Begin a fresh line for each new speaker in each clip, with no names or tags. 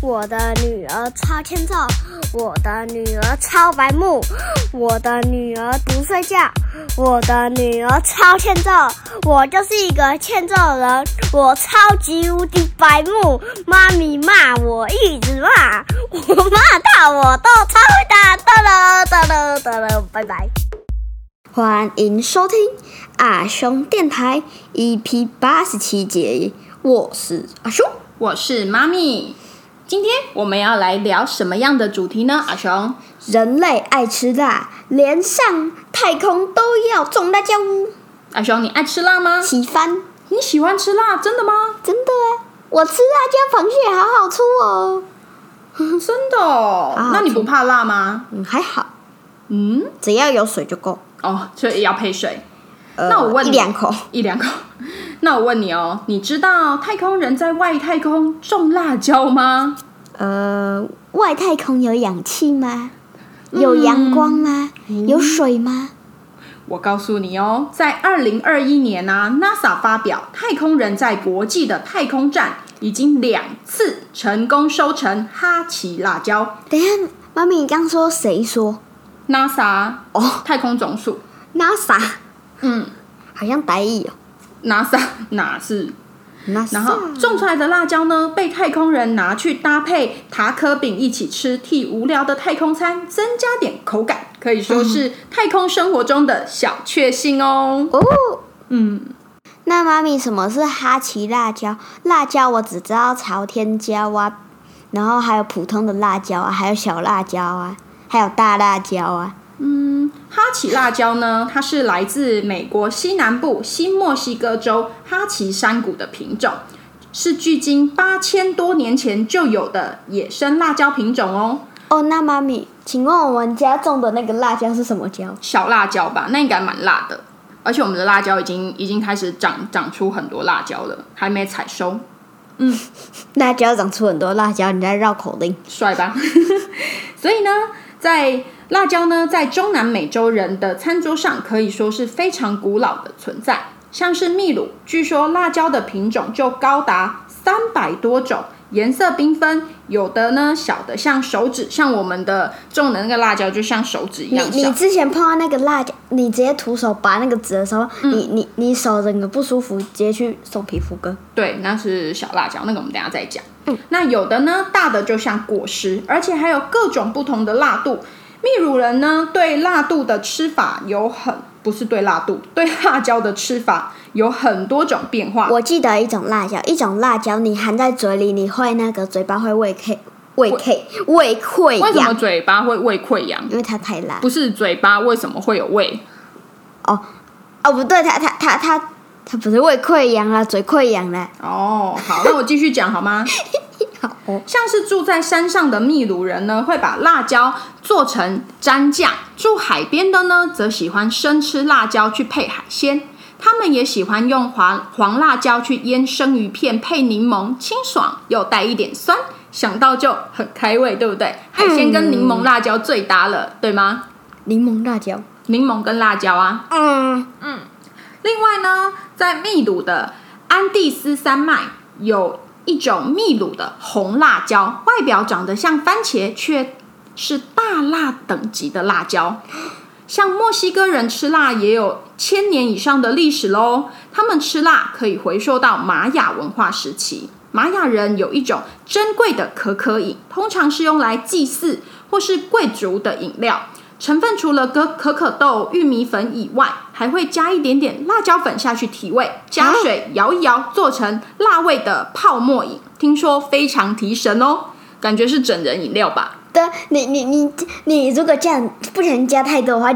我的女儿超欠揍，我的女儿超白目，我的女儿不睡觉，我的女儿超欠揍，我就是一个欠揍人，我超级无敌白目，妈咪骂我一直骂，我骂到我都超会打，哒了哒了哒了，拜拜。
欢迎收听阿兄电台 EP 八十七节，我是阿兄。
我是妈咪。今天我们要来聊什么样的主题呢？阿雄，
人类爱吃辣，连上太空都要种辣椒。
阿雄，你爱吃辣吗？
喜欢，
你喜欢吃辣，真的吗？
真的啊！我吃辣椒螃蟹，好好吃哦。
真的、哦
好好
那你
吃
不怕辣吗？
嗯，还好，
嗯，
只要有水就够。
哦，所以要配水
呃
那我问
一
你
两口，
一两口。 那我问你哦，你知道太空人在外太空种辣椒吗？
呃，外太空有氧气吗？
嗯
有阳光吗？有水吗？
我告诉你哦，在二零二一年呢、啊、，NASA 发表太空人在国际的太空站已经两次成功收成哈奇辣椒。
等一下，妈咪，你刚说谁说？
NASA
哦
太空总署，
，NASA，
嗯
好像白蚁哦。
，NASA 哪是？
NASA，
然后种出来的辣椒呢，被太空人拿去搭配塔可饼一起吃，替无聊的太空餐增加点口感，可以说是太空生活中的小确幸哦。
哦，
嗯，
那妈咪，什么是哈奇辣椒？辣椒我只知道朝天椒啊，然后还有普通的辣椒啊，还有小辣椒啊，还有大辣椒啊。
哈奇辣椒呢，它是来自美国西南部新墨西哥州哈奇山谷的品种，是距今八千多年前就有的野生辣椒品种哦。
哦，那妈咪，请问我们家种的那个辣椒是什么椒？
小辣椒吧，那应该蛮辣的。而且我们的辣椒已经已经开始长长出很多辣椒了，还没采收，
辣椒长出很多辣椒，你在绕口令。
帅吧？ 所以呢，在辣椒呢，在中南美洲人的餐桌上可以说是非常古老的存在。像是秘鲁，据说辣椒的品种就高达三百多种，颜色缤纷，有的呢小的像手指，像我们的种的那个辣椒就像手指一
你
样小
你。之前碰到那个辣椒，你直接徒手拔那个籽的时候，你你你手整个不舒服，直接去送皮肤科。
对，那是小辣椒，那个我们等一下再讲。那有的呢，大的就像果实，而且还有各种不同的辣度。秘鲁人呢，对辣度的吃法有很不是对辣度， 对辣椒的吃法有很多种变化。
我记得一种辣椒，一种辣椒你含在嘴里，你会那个嘴巴会胃 K 胃 K 胃溃
为什么
疡，
嘴巴会胃溃疡？
因为它太辣。
不是嘴巴为什么会有胃？
哦，不对，它它它它它不是胃溃疡啦，嘴溃疡啊啦。
哦，好，那我继续讲好吗？
好哦，
像是住在山上的秘鲁人呢，会把辣椒做成蘸酱；住海边的呢，则喜欢生吃辣椒去配海鲜。他们也喜欢用黄黄辣椒去腌生鱼片，配柠檬，清爽又带一点酸，想到就很开胃，对不对？海鲜跟柠檬辣椒最搭了，对吗？
柠檬辣椒。
柠檬跟辣椒啊，
嗯，
另外呢，在秘鲁的安第斯山脉有一种秘鲁的红辣椒，外表长得像番茄，却是大辣等级的辣椒。像墨西哥人吃辣也有千年以上的历史喽，他们吃辣可以回溯到玛雅文化时期。玛雅人有一种珍贵的可可饮，通常是用来祭祀或是贵族的饮料。成分除了可可可豆、玉米粉以外，还会加一点点辣椒粉下去提味，加水摇一摇，做成辣味的泡沫饮，听说非常提神哦，感觉是整人饮料吧？
对，你你你你如果这样不小心加太多的话，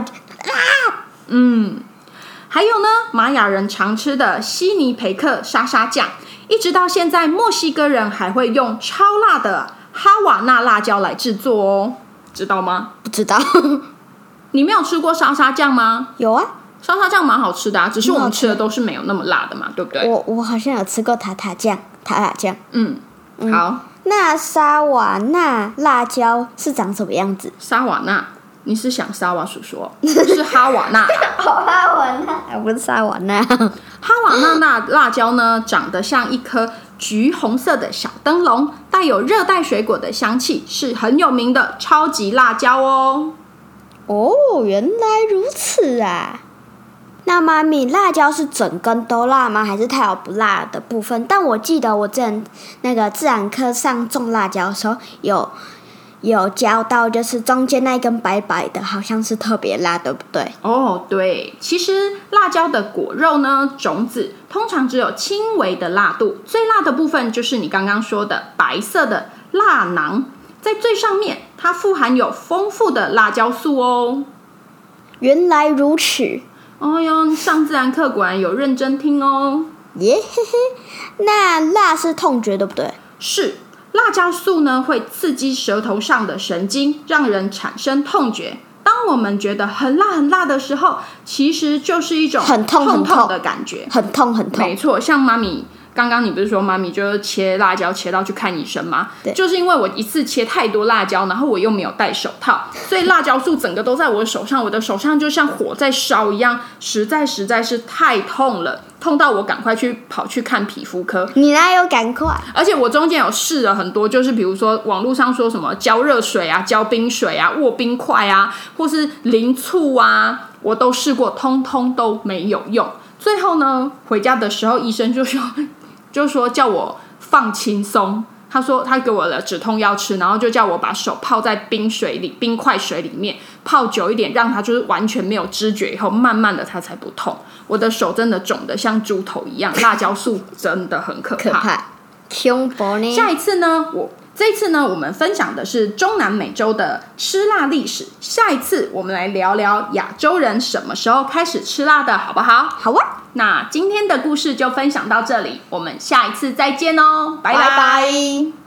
还有呢，玛雅人常吃的悉尼培克沙沙酱，一直到现在，墨西哥人还会用超辣的哈瓦那辣椒来制作哦，知道吗？
不 知道
你没有吃过沙沙酱吗？
有啊，
沙沙酱蛮好吃的啊，只是我
蛮好
们
吃
吃的都是没有那么辣的嘛，对不对？
我我好像有吃过塔塔酱，塔塔酱。
嗯，好，
那沙瓦那辣椒是长什么样子？
沙瓦那，你是想沙瓦叔叔哦，是哈瓦 那。
好沙瓦那，啊不是沙瓦那。
哈瓦那那辣椒呢，长得像一颗橘红色的小灯笼，带带有热带水果的香气，是很有名的超级辣椒哦。
哦，原来如此啊！那妈咪，辣椒是整根都辣吗？还是它有不辣的部分？但我记得我之前那个自然课上种辣椒的时候有有教到，就是中间那一根白白的，好像是特别辣，对不对？
哦，对，其实辣椒的果肉呢，种子通常只有轻微的辣度，最辣的部分就是你刚刚说的白色的辣囊，在最上面它富含有丰富的辣椒素哦。
原来如此，
哦哟，上自然课果然有认真听哦。
耶嘿嘿。那辣是痛觉，对不对？
是，辣椒素呢会刺激舌头上的神经，让人产生痛觉。当我们觉得很辣很辣的时候，其实就是一种
很痛
痛
很痛
的感觉。
很痛很
没
痛。
错，像妈咪刚刚你不是说妈咪就是切辣椒切到去看医生吗？
对
就是因为我一次切太多辣椒，然后我又没有戴手套，所以辣椒素整个都在我的手上，我的手上就像火在烧一样，实在实在是太痛了，痛到我赶快去跑去看皮肤科。
你哪有赶快？
而且我中间有试了很多，就是比如说网络上说什么浇热水啊、浇冰水啊、握冰块啊，或是淋醋啊，我都试过，通通都没有用。最后呢，回家的时候医生就说， 就说叫我放轻松。他说他给我了止痛药吃，然后就叫我把手泡在冰水里、冰块水里面泡久一点，让它就是完全没有知觉，以后慢慢的它才不痛。我的手真的肿得像猪头一样，辣椒素真的很
可怕，胸部呢？
下一次呢，我这一次呢，我们分享的是中南美洲的吃辣历史。下一次我们来聊聊亚洲人什么时候开始吃辣的，好不好？
好啊，
那今天的故事就分享到这里，我们下一次再见哦，拜
拜
拜
拜。